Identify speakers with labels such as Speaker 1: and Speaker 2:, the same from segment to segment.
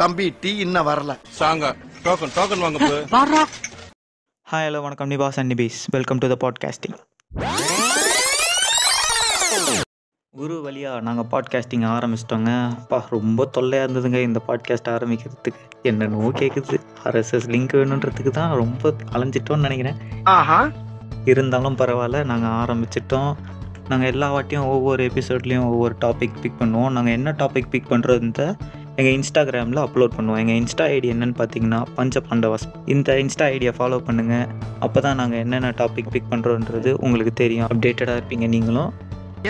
Speaker 1: தம்பி டீ இன்ன வரல
Speaker 2: சாங்க டோக்கன் டோக்கன் வாங்க போ
Speaker 3: ஹாய் ஹலோ வணக்கம் Nibas and Nibees welcome to the podcasting Guru வழியாக நாங்கள் பாட்காஸ்டிங் ஆரம்பிச்சிட்டோங்க அப்பா ரொம்ப தொல்லையாக இருந்ததுங்க இந்த பாட்காஸ்ட் ஆரம்பிக்கிறதுக்கு என்னென்னவோ கேட்குது ஆர்எஸ்எஸ் லிங்க் வேணுன்றதுக்கு தான் ரொம்ப அலைஞ்சிட்டோம்னு நினைக்கிறேன்
Speaker 1: ஆஹா
Speaker 3: இருந்தாலும் பரவாயில்ல நாங்கள் ஆரம்பிச்சிட்டோம் நாங்கள் எல்லா வாட்டியும் ஒவ்வொரு எபிசோட்லேயும் ஒவ்வொரு டாபிக் பிக் பண்ணுவோம் நாங்கள் என்ன டாபிக் பிக் பண்ணுறதுன்னு எங்கள் இன்ஸ்டாகிராமில் அப்லோட் பண்ணுவோம் எங்கள் இன்ஸ்டா ஐடி என்னன்னு பார்த்தீங்கன்னா பஞ்ச பாண்டவாஸ் இந்த இன்ஸ்டா ஐடியை ஃபாலோ பண்ணுங்கள் அப்போ தான் நாங்கள் என்னென்ன டாபிக் பிக் பண்ணுறோன்றது உங்களுக்கு தெரியும் அப்டேட்டடாக இருப்பீங்க நீங்களும்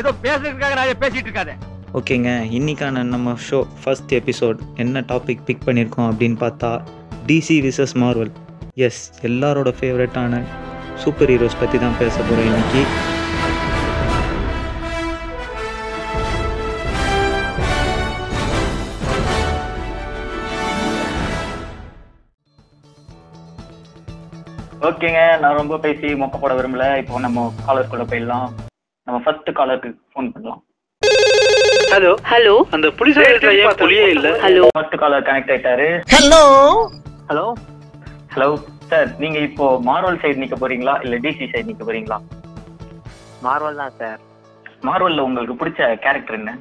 Speaker 1: ஏதோ பேசுறதுக்காக நான் பேசிட்டு இருக்காதே
Speaker 3: ஓகேங்க இன்றைக்கான நம்ம ஷோ ஃபர்ஸ்ட் எபிசோட் என்ன டாபிக் பிக் பண்ணியிருக்கோம் அப்படின்னு பார்த்தா டிசி விசஸ் மார்வல் எஸ் எல்லாரோட ஃபேவரட்டான சூப்பர் ஹீரோஸ் பற்றி தான் பேச போகிறோம் இன்னைக்கு
Speaker 4: ஓகேங்க நான் ரொம்ப பேசி மொக்க போட விரும்பல இப்போ நம்ம காலருக்குள்ள போயிடலாம் நம்ம ஃபர்ஸ்ட் காலருக்கு ஃபோன் பண்ணலாம்
Speaker 5: ஹலோ
Speaker 6: அந்த புலி சைடுல ஏன் புலியே இல்ல
Speaker 5: ஹலோ
Speaker 4: ஃபர்ஸ்ட் காலர் கனெக்ட் ஆயிட்டாரு
Speaker 6: ஹலோ
Speaker 4: ஹலோ சார் நீங்க இப்போ மார்வல் சைடு நிக்க போறீங்களா இல்ல டிசி சைடு நிக்க போறீங்களா
Speaker 6: மார்வல் தான் சார்
Speaker 4: மார்வல்ல உங்களுக்கு பிடிச்ச கேரக்டர் என்ன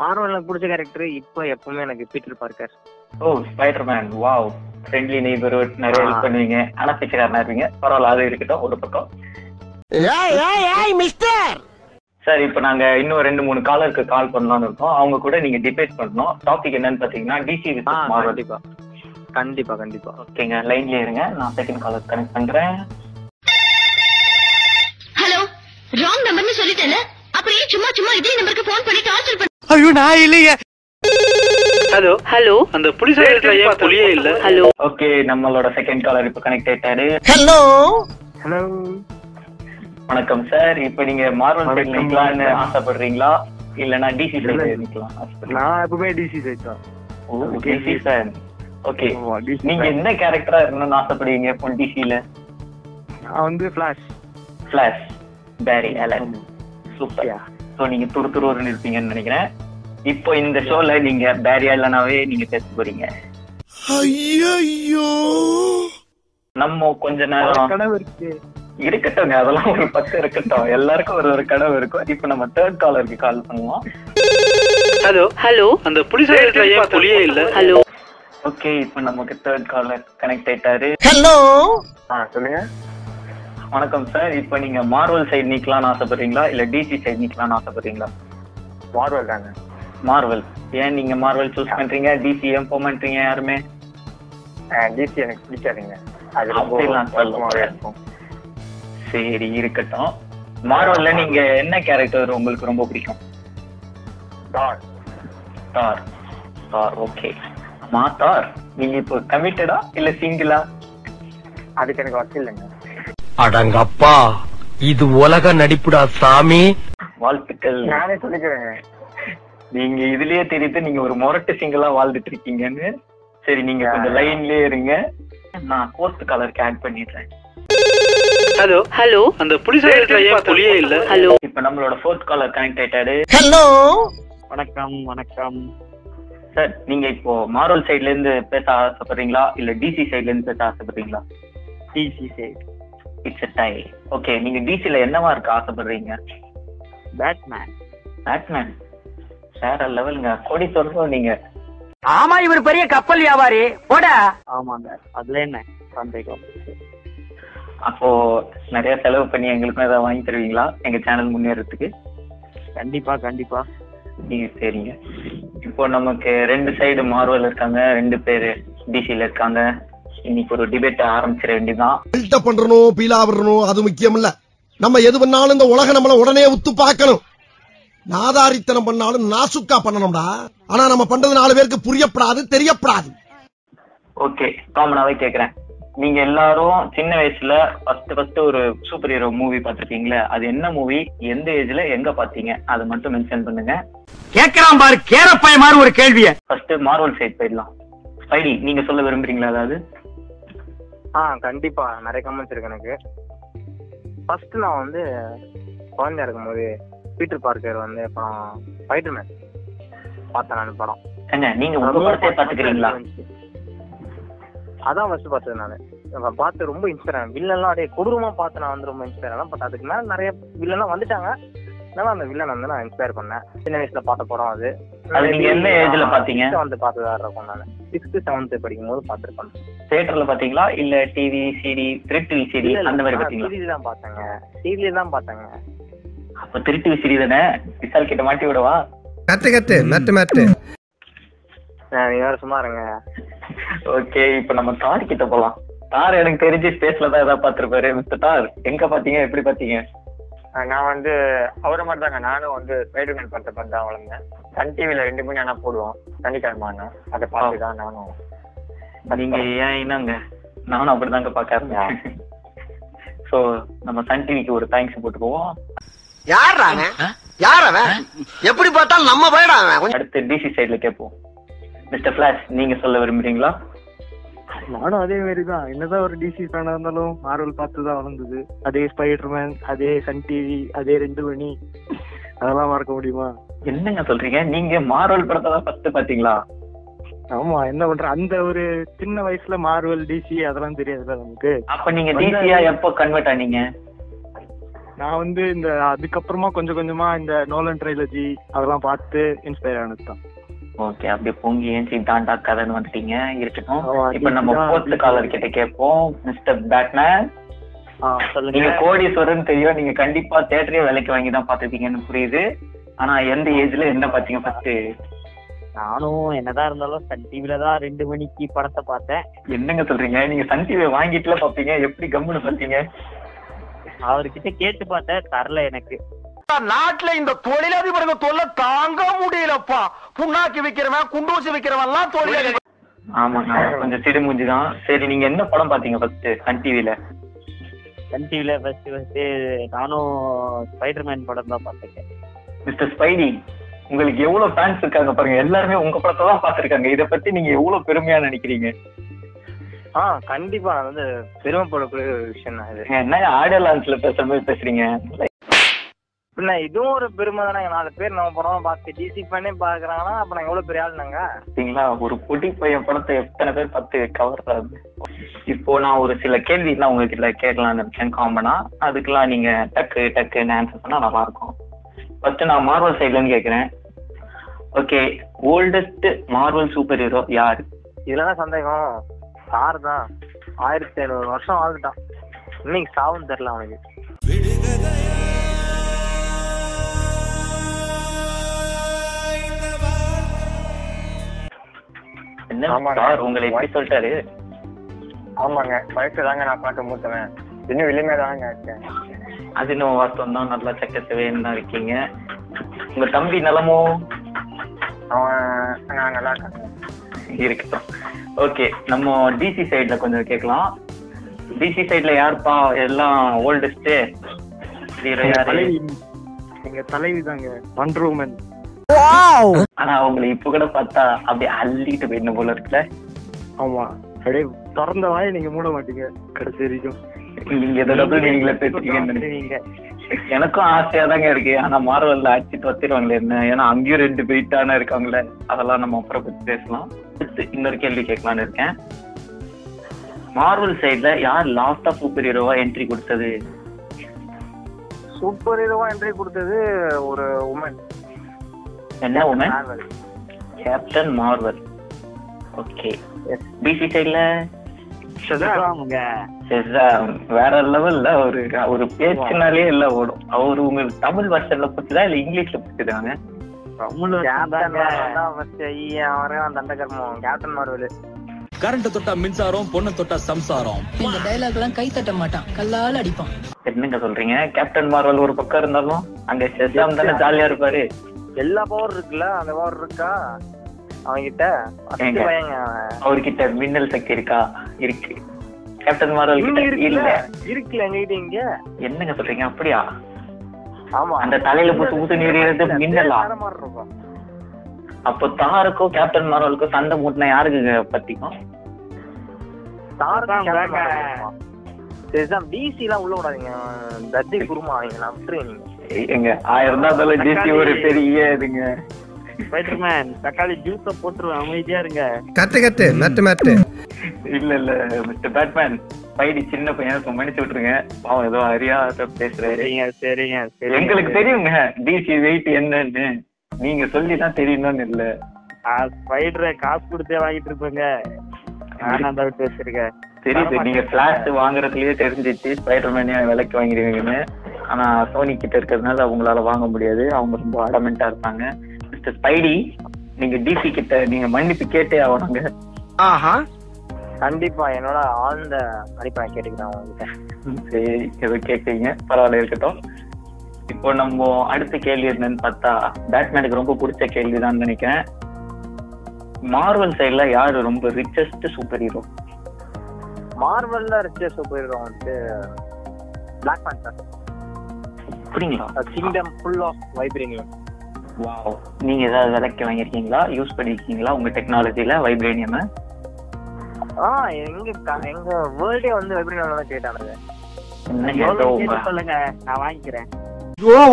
Speaker 6: மார்வல்ல பிடிச்ச கேரக்டர் இப்போ எப்பவுமே எனக்கு பீட்டர் பார்க்கர்
Speaker 4: ஓ ஸ்பைடர்மேன் வாவ் ஃப்ரெண்ட்லி நெய்பர் நிறைய
Speaker 6: ஆ.
Speaker 4: ஹெல்ப் பண்ணுவீங்க ஆனா பிச்சைக்காரனா இருப்பீங்க பரவாயில்ல அது இருக்கட்டும் ஒரு பக்கம் சார் இப்போ நாங்க இன்னும் ரெண்டு மூணு காலருக்கு கால் பண்ணலாம்னு இருக்கோம் அவங்க கூட நீங்க டிபேட் பண்ணணும் டாபிக் என்னன்னு பாத்தீங்கன்னா டிசி
Speaker 6: ஆ
Speaker 4: மார்வல்
Speaker 6: கண்டிப்பா கண்டிப்பா கண்டிப்பா
Speaker 4: ஓகேங்க லைன்ல இருங்க நான் செகண்ட் காலர் கனெக்ட் பண்றேன்
Speaker 5: ஹலோ ராங் நம்பர்னு சொல்லிட்டேன் அப்புறம் ஏன் சும்மா சும்மா இதே நம்பருக்கு ஃபோன் பண்ணி டார்ச்சர் பண்ண
Speaker 6: ஹலோ
Speaker 5: ஹலோ
Speaker 6: அந்த புலி சைடுல ஏன் புலியே இல்ல
Speaker 5: ஹலோ
Speaker 4: ஓகே நம்மளோட செகண்ட் காலர் இப்போ கனெக்ட் ஆயிட்டாரு
Speaker 6: ஹலோ
Speaker 4: வணக்கம் சார் இப்போ நீங்க மார்வல் சைடு
Speaker 6: வணக்கம்.
Speaker 4: நிக்கலாம்னு ஆசைப்படுறீங்களா இல்லனா டிசி சைடு நிக்கலாம் ஆசைப்படுறீங்களா?
Speaker 6: நான் எப்பவுமே டிசி சைட் தான்
Speaker 4: ஓ, DC fan. ஓகே
Speaker 6: ஆமா, DC
Speaker 4: நீங்க
Speaker 6: fan.
Speaker 4: என்ன கேரக்டரா இருக்கணும்னு ஆசைப்படுவீங்க இப்போ டிசில
Speaker 6: நான் வந்து Flash
Speaker 4: Flash Barry Allen super
Speaker 6: Yeah.
Speaker 4: So நீங்க துருத்துருன்னு இருப்பீங்கன்னு நினைக்கிறேன் இப்போ இந்த ஷோல நீங்க பேரி அலனாவே நீங்க பேச போறீங்க
Speaker 1: ஐயோ
Speaker 4: நம்ம கொஞ்ச நேரம்
Speaker 6: கனவு இருக்கு
Speaker 4: இருக்கட்டும்ங்க அதெல்லாம் ஒரு பக்கம் இருக்கட்டும் எல்லாருக்கும் ஒரு ஒரு கனவு இருக்கும் இப்ப நம்ம தேர்ட் காலருக்கு கால் பண்ணுவோம்
Speaker 6: ஹலோ
Speaker 5: ஹலோ
Speaker 6: அந்த புலி சைடுல ஏன் புலியே இல்ல
Speaker 5: ஹலோ
Speaker 4: ஓகே இப்ப நமக்கு தேர்ட் காலர் கனெக்ட் ஆயிட்டாரு
Speaker 6: ஆ சொல்லுங்க
Speaker 4: வணக்கம் சார் இப்ப நீங்க மார்வல் சைடு நீக்கலாம்னு ஆசைப்படுறீங்களா இல்ல டிசி சைடு நீக்கலாம்னு ஆசைப்படுறீங்களா
Speaker 6: மார்வல் தாங்க
Speaker 4: மார்வல் ஏன் நீங்க மார்வல் சூஸ் பண்றீங்க டிசி ஏன் போக மாட்டீங்க யாருமே
Speaker 6: டிசி எனக்கு பிடிக்காதுங்க அது
Speaker 4: ரொம்ப வருத்தமாவே
Speaker 6: இருக்கும்
Speaker 4: சரி இருக்கட்டும் மார்வல்ல நீங்க என்ன கேரக்டர் உங்களுக்கு ரொம்ப பிடிக்கும் தார் தார் ஓகே ஆமா தார் நீங்க இப்போ கமிட்டடா இல்ல சிங்கிளா
Speaker 6: அதுக்கு எனக்கு வசதி இல்லைங்க
Speaker 7: அடங்கப்பா இது உலக நடிப்புடா சாமி
Speaker 4: வாழ்த்துக்கள்
Speaker 6: நானே சொல்லிக்கிறேங்க
Speaker 4: நீங்க இதுலயே தெரியுது நீங்க ஒரு முரட்டு சிங்கிளா வாழ்ந்துட்டு இருக்கீங்கன்னு சரி நீங்க கொஞ்சம் லைன்லயே இருங்க நான் கோர்ட் கலருக்கு ஆட் பண்ணிடுறேன்
Speaker 5: ஹலோ ஹலோ
Speaker 6: அந்த புலி சைடுல ஏன் புலியே இல்ல
Speaker 5: ஹலோ
Speaker 4: இப்ப நம்மளோட ஃபோர்த் காலர் கனெக்ட் ஆயிட்டாரு
Speaker 6: வணக்கம் வணக்கம்
Speaker 4: சார் நீங்க இப்போ மார்வல் சைடுல இருந்து பேச ஆசைப்படுறீங்களா இல்ல டிசி சைடுல இருந்து பேச ஆசைப்படுறீங்களா
Speaker 6: DC side
Speaker 4: it's tie okay நீங்க டிசில என்னவா இருக்க ஆசைப்படுறீங்க
Speaker 6: பேட்மேன்
Speaker 4: பேட்மேன் வேற லெவலுங்க கோடி சொல்றோம் நீங்க
Speaker 1: ஆமா இவர் பெரிய கப்பல் வியாபாரி போட
Speaker 6: ஆமாங்க அதுல என்ன சந்தேகம்
Speaker 4: அப்போ நிறைய செலவு பண்ணி எங்களுக்கும் ஏதாவது வாங்கி தருவீங்களா எங்க சேனல் முன்னேறதுக்கு
Speaker 6: கண்டிப்பா கண்டிப்பா
Speaker 4: நீங்க சரிங்க இப்போ நமக்கு ரெண்டு சைடு மார்வல் இருக்காங்க ரெண்டு பேரு டிசில இருக்காங்க இன்னைக்கு ஒரு டிபேட் ஆரம்பிச்சிட வேண்டியதுதான்
Speaker 1: பில்ட் பண்றணும் பீலா பண்ணணும் அது முக்கியம் இல்ல நம்ம எது பண்ணாலும் இந்த உலகம் நம்மள உடனே உத்து பார்க்கணும் நாதாரித்தனம் பண்ணாலும் நாசுக்கா பண்ணணும்டா ஆனா நம்ம பண்றது நாலு பேருக்கு புரியப்படாது தெரியப்படாது
Speaker 4: ஓகே காமனாவே கேக்குறேன் நீங்க எல்லாரும் சின்ன வயசுல ஃபர்ஸ்ட் ஃபர்ஸ்ட் ஒரு சூப்பர் ஹீரோ மூவி பாத்திருக்கீங்களே அது என்ன மூவி எந்த ஏஜ்ல எங்க பாத்தீங்க அதை மட்டும் மென்ஷன் பண்ணுங்க
Speaker 1: கேக்குறான் பாரு கேரப்பாய மாதிரி ஒரு கேள்விய
Speaker 4: ஃபர்ஸ்ட் மார்வல் சைட் போயிடலாம் ஸ்பைடி நீங்க சொல்ல விரும்புறீங்களா அதாவது
Speaker 6: ஆ கண்டிப்பா நிறைய கமெண்ட்ஸ் இருக்கு எனக்கு ஃபர்ஸ்ட் நான் வந்து குழந்தையா இருக்கும்போது பீட்டர் பார்க்கர் வந்து படம் ஃபைட்டர்மேன் பார்த்தேன் நான் படம்
Speaker 4: ஏங்க நீங்க உங்க படத்தை பாத்துக்கிறீங்களா
Speaker 6: அதான் ஃபர்ஸ்ட் பார்த்தது நானு நான் பார்த்து ரொம்ப இன்ஸ்பயர் ஆனேன் வில்லன்லாம் அப்படியே கொடூரமா பார்த்து நான் வந்து ரொம்ப இன்ஸ்பயர் ஆனேன் பட் அதுக்கு மேல நிறைய வில்லன்லாம் வந்துட்டாங்க அதனால அந்த வில்லன் வந்து நான் இன்ஸ்பயர் பண்ணேன் சின்ன வயசுல பார்த்த படம் அது
Speaker 4: அது நீங்க என்ன ஏஜ்ல பாத்தீங்க
Speaker 6: வந்து பார்த்ததா இருக்கும் நான் சிக்ஸ்த் செவன்த் படிக்கும் போது பார்த்துருப்பேன்
Speaker 4: தியேட்டர்ல பாத்தீங்களா இல்ல டிவி சிடி திருட்டு சிடி அந்த மாதிரி பாத்தீங்களா
Speaker 6: டிவில தான் பார்த்தாங்க டிவில தான் பார்த்தாங்க
Speaker 4: அப்ப திருட்டு சிடி தானே விசால் கிட்ட மாட்டி விடவா
Speaker 8: கட்டு கட்டு மெட்டு மெட்டு
Speaker 6: நீங்க வேற சும்மா இருங்க
Speaker 4: ஓகே இப்ப நம்ம தார் கிட்ட போலாம் தார் எனக்கு தெரிஞ்சு ஸ்பேஸ்ல தான் ஏதாவது பாத்துருப்பாரு மிஸ்டர் தார் எங்க பாத்தீங்க எப்படி பாத்தீங்க
Speaker 9: ஆஹ் நான் வந்து அவரை மாதிரி தாங்க நானும் வந்து ஸ்பைடர்மேன் படத்தை பார்த்து தான் வளர்ந்தேன் சன் டிவில ரெண்டு மணி ஆனா போடுவோம் சனிக்கிழமை ஆனா அதை பார்த்து தான் நானும்
Speaker 4: நீங்க ஏன் என்னங்க நானும் அப்படிதாங்க பாக்க ஆரம்பிச்சேன் சோ நம்ம சன் டிவிக்கு ஒரு தேங்க்ஸ் போட்டுக்குவோம்
Speaker 7: யார் யார் அவன் எப்படி பார்த்தாலும் நம்ம போயிடாம
Speaker 4: அடுத்து டிசி சைடுல கேட்போம் மிஸ்டர் ஃபிளாஷ் நீங்க சொல்ல விரும்புறீங்களா
Speaker 6: நானும் அதே மாதிரி தான் என்னதான் ஒரு டிசி ஃபேனா இருந்தாலும் மார்வல் பார்த்து தான் வளர்ந்தது அதே ஸ்பைடர்மேன் அதே சன் டிவி அதே ரெண்டு மணி அதெல்லாம் மறக்க முடியுமா
Speaker 4: என்னங்க சொல்றீங்க நீங்க மார்வல் படத்தை தான் ஃபர்ஸ்ட் பாத்தீங்களா
Speaker 6: ஆமா என்ன பண்ற அந்த ஒரு சின்ன வயசுல மார்வல் டிசி அதெல்லாம் தெரியாதுல நமக்கு
Speaker 4: அப்ப நீங்க டிசியா எப்போ கன்வெர்ட் ஆனீங்க
Speaker 6: நான் வந்து இந்த அதுக்கப்புறமா கொஞ்சம் கொஞ்சமா இந்த நோலன் ட்ரைலஜி அதெல்லாம் பார்த்து இன்ஸ்பயர் ஆனது தான்
Speaker 4: ஓகே அப்படியே பொங்கி ஏஞ்சி தாண்டா கதைன்னு வந்துட்டீங்க இருக்கட்டும்
Speaker 6: ஆமா,
Speaker 4: இப்ப நம்ம
Speaker 6: இதுதான்
Speaker 4: போர்த் காலர் கிட்ட கேட்போம் மிஸ்டர் பேட்மேன்
Speaker 6: ஆ,
Speaker 4: நீங்க
Speaker 6: சொல்லுங்க
Speaker 4: கோடீஸ்வரன் தெரியும் நீங்க கண்டிப்பா தேட்டரே விலைக்கு வாங்கி தான் பாத்துருப்பீங்கன்னு புரியுது ஆனா எந்த ஏஜ்ல என்ன பாத்தீங்க ஃபர்ஸ்ட்
Speaker 9: நானும் என்னதான் இருந்தாலும் சன் டிவில தான் ரெண்டு மணிக்கு படத்தை பார்த்தேன்
Speaker 4: என்னங்க சொல்றீங்க நீங்க சன் டிவி வாங்கிட்டுல பாப்பீங்க எப்படி கம்முன்னு பாத்தீங்க
Speaker 9: அவர்கிட்ட கேட்டு பார்த்தேன் தரல எனக்கு
Speaker 7: நாட்டுல இந்த தொழிலதிபர்கள் தொல்லை தாங்க முடியலப்பா புண்ணாக்கி விக்கிறவன் குண்டூசி விக்கிறவன் எல்லாம் தொழிலதிபர்
Speaker 4: ஆமாங்க கொஞ்சம் சிடுமூஞ்சி தான் சரி நீங்க என்ன படம் பாத்தீங்க ஃபர்ஸ்ட் சன் டிவில
Speaker 9: சன் டிவில ஃபர்ஸ்ட் ஃபர்ஸ்ட் நானும் ஸ்பைடர்மேன் படம் தான் பார்த்தேன்
Speaker 4: மிஸ்டர் ஸ்பைடி உங்களுக்கு எவ்வளவு ஃபேன்ஸ் இருக்காங்க பாருங்க எல்லாருமே உங்க படத்தை தான் பாத்திருக்காங்க இத பத்தி நீங்க எவ்வளவு பெருமையா நினைக்கிறீங்க
Speaker 6: ஆ கண்டிப்பா அது வந்து பெருமைப்படக்கூடிய ஒரு விஷயம் தான் இது
Speaker 4: என்ன ஆடியோ லான்ச்ல பேசுற மாதிரி பேசுறீங்க
Speaker 6: பின்ன இதுவும் ஒரு பெருமை தானே நாலு பேர் நம்ம படம் பார்த்து டிசி பண்ணே பாக்குறாங்கன்னா அப்ப நான் எவ்வளவு பெரிய ஆள் நாங்க
Speaker 4: பாத்தீங்களா ஒரு பொடி பையன் படத்தை எத்தனை பேர் பார்த்து கவர்றாங்க இப்போ நான் ஒரு சில கேள்விலாம் உங்ககிட்ட கேட்கலாம் நினைச்சேன் காமனா அதுக்கெல்லாம் நீங்க டக்கு டக்குன்னு ஆன்சர் பண்ணா நல்லா இருக்கும் ஃபர்ஸ்ட் நான் மார்வல் சைட்லன்னு கேக்குறேன் okay oldest Marvel super hero யார்
Speaker 6: இதுலதான் சந்தேகம் சார் தான் ஆயிரத்தி ஐநூறு வருஷம் வாழ்ந்துட்டான் இன்னைக்கு சாவும் தெரியல அவனுக்கு
Speaker 4: என்ன
Speaker 9: ஆமாங்க.
Speaker 4: சார் உங்களை எப்படி சொல்லிட்டாரு
Speaker 9: ஆமாங்க வயசு தாங்க நான் பார்க்க மூத்தவன் இன்னும் இளமையா தாங்க இருக்கேன்
Speaker 4: அது இன்னும் வாஸ்தவம் தான் நல்லா சக்கத்தவே தான் இருக்கீங்க உங்க தம்பி நலமோ
Speaker 9: அவன் நான் நல்லா இருக்கேன்
Speaker 4: இருக்கட்டும் ஓகே நம்ம டிசி சைடுல கொஞ்சம் கேட்கலாம் டிசி சைடுல யாருப்பா எல்லாம் ஓல்டஸ்ட் ஹீரோ யாரு
Speaker 6: எங்க தலைவி தாங்க வண்டர்வுமன்
Speaker 4: ஆனா அவங்களை இப்ப கூட பார்த்தா அப்படியே அள்ளிட்டு போயிடணும் போல இருக்குல்ல
Speaker 6: ஆமா அப்படியே திறந்த வாயை நீங்க மூட மாட்டீங்க கடைசி வரைக்கும்
Speaker 4: நீங்க எதாவது நீங்களே பேசுறீங்கன்னு நினைக்கிறேன்.
Speaker 6: நீங்க
Speaker 4: எனக்கும் ஆசையா தாங்க இருக்கு ஆனா மார்வல்ல அடிச்சு தொத்திருவாங்களே என்ன ஏன்னா அங்கேயும் ரெண்டு பெயிட்டான இருக்காங்களே அதெல்லாம் நம்ம அப்புறம் பத்தி பேசலாம் அடுத்து இன்னொரு கேள்வி கேட்கலாம்னு இருக்கேன் மார்வல் சைடுல யார் லாஸ்டா சூப்பர் ஹீரோவா என்ட்ரி கொடுத்தது
Speaker 6: சூப்பர் ஹீரோவா என்ட்ரி கொடுத்தது ஒரு உமன்
Speaker 4: என்ன woman captain Marvel okay DC சைடுல
Speaker 9: அவங்க
Speaker 4: வேற லெவல்ல ஒரு ஒரு பேச்சுனாலே எல்லாம் ஓடும் அவர் உங்களுக்கு தமிழ் வருஷன்ல பத்துதா இல்ல இங்கிலீஷ்ல பத்துதாங்க
Speaker 9: தமிழ்
Speaker 6: கேப்டன் மார்வல் தான் first. ஐயா, அவரே அந்த அந்த கர்மம் கேப்டன் மார்வல்
Speaker 10: கரண்ட் தொட்டா மின்சாரம் பொண்ணு தொட்டா சம்சாரம்
Speaker 11: இந்த டைலாக் எல்லாம் கை தட்ட மாட்டான் கல்லால அடிப்பான்
Speaker 4: என்னங்க சொல்றீங்க கேப்டன் மார்வல் ஒரு பக்கம் இருந்தாலும் அங்க செசாம் தானே ஜாலியா இருப்பாரு
Speaker 6: எல்லா பவர் இருக்குல்ல அந்த பவர் இருக்கா அவன்கிட்ட first
Speaker 4: ஏங்க?
Speaker 6: பையங்க அவன்.
Speaker 4: அவர்கிட்ட மின்னல் சக்தி இருக்கா இருக்கு கேப்டன் மார்வல்
Speaker 6: இன்னும்
Speaker 4: கிட்ட
Speaker 6: இருக்குல்ல
Speaker 4: இல்ல
Speaker 6: இருக்குல்ல எங்ககிட்ட இங்க
Speaker 4: என்னங்க சொல்றீங்க அப்படியா
Speaker 6: ஆமா
Speaker 4: அந்த தலையில புசு புசு நீரிறது மின்னலா
Speaker 6: வேற மாதிரி இருக்கும்
Speaker 4: அப்போ தாருக்கும் கேப்டன் மார்வலுக்கும் சண்டை மூட்டினா யாருக்கு பத்திக்கும்
Speaker 6: தாரகம்
Speaker 9: அதான்
Speaker 6: கேப்டன்
Speaker 9: வேற.
Speaker 6: மார்வல் இருக்குமா? சரிதான் DC எல்லாம் உள்ள விடாதீங்க அவன் தத்தி குருமா அவங்களா விட்டுருவீங்க
Speaker 4: ஏங்க ஆயிரம் தான் இருந்தாலும் DC ஒரு பெரிய இதுங்க
Speaker 12: ஸ்பைடர்மேன் தக்காளி ஜூஸ போட்டுருவேன் அமைதியா இருங்க
Speaker 8: கட்டு கட்டு மெட்டு மெட்டு
Speaker 4: இல்ல இல்ல மிஸ்டர் பேட்மேன் பைடி சின்ன பையன் சும்மா மன்னிச்சு விட்டுருங்க அவன் ஏதோ அறியாத பேசுறாரு
Speaker 12: சரிங்க சரிங்க.
Speaker 4: எங்களுக்கு தெரியுங்க டிசி வெயிட் என்னன்னு நீங்க சொல்லி தான் தெரியணும்னு இல்ல
Speaker 12: நான் ஸ்பைடரை காசு கொடுத்தே வாங்கிட்டு இருப்பேங்க நான் அந்த விட்டு வச்சிருக்கேன்
Speaker 4: தெரியுது நீங்க பிளாஷ் வாங்குறதுலயே தெரிஞ்சிச்சு ஸ்பைடர்மேனே விலைக்கு வாங்கிடுவீங்கன்னு ஆனா சோனி கிட்ட இருக்கிறதுனால அவங்களால வாங்க முடியாது அவங்க ரொம்ப அடமெண்டா இருப்பாங்க மிஸ்டர் ஸ்பைடி நீங்க டிசி கிட்ட நீங்க மன்னிப்பு கேட்டே ஆகணுங்க
Speaker 6: ஆஹா கண்டிப்பா என்னோட ஆழ்ந்த மதிப்பை நான் கேட்டுக்கிறேன் உங்ககிட்ட
Speaker 4: சரி ஏதோ கேட்குறீங்க பரவாயில்ல இருக்கட்டும் இப்போ நம்ம அடுத்த கேள்வி என்னன்னு பார்த்தா பேட்மேனுக்கு ரொம்ப பிடிச்ச கேள்விதான் நினைக்கிறேன் மார்வல் சைடுல யாரு ரொம்ப ரிச்சஸ்ட் சூப்பர் ஹீரோ
Speaker 6: மார்வல்ல ரிச்ச சூப்பர் ஹீரோ வந்து பிளாக் பேண்டர்
Speaker 4: புரியுங்களா
Speaker 6: kingdom full of vibranium
Speaker 4: wow நீங்க ஏதாவது விலைக்கு வாங்கியிருக்கீங்களா யூஸ் பண்ணியிருக்கீங்களா உங்க டெக்னாலஜில வைப்ரேனியம்
Speaker 6: ஆ எங்க க- எங்க வேர்ல்டே வந்து வைப்ரேனியம் தான் கிரியேட் ஆனது
Speaker 4: என்னங்க ஏதோ
Speaker 12: எவ்வளவு
Speaker 4: உங்க
Speaker 12: கேட்டு சொல்லுங்க நான் வாங்கிக்கிறேன்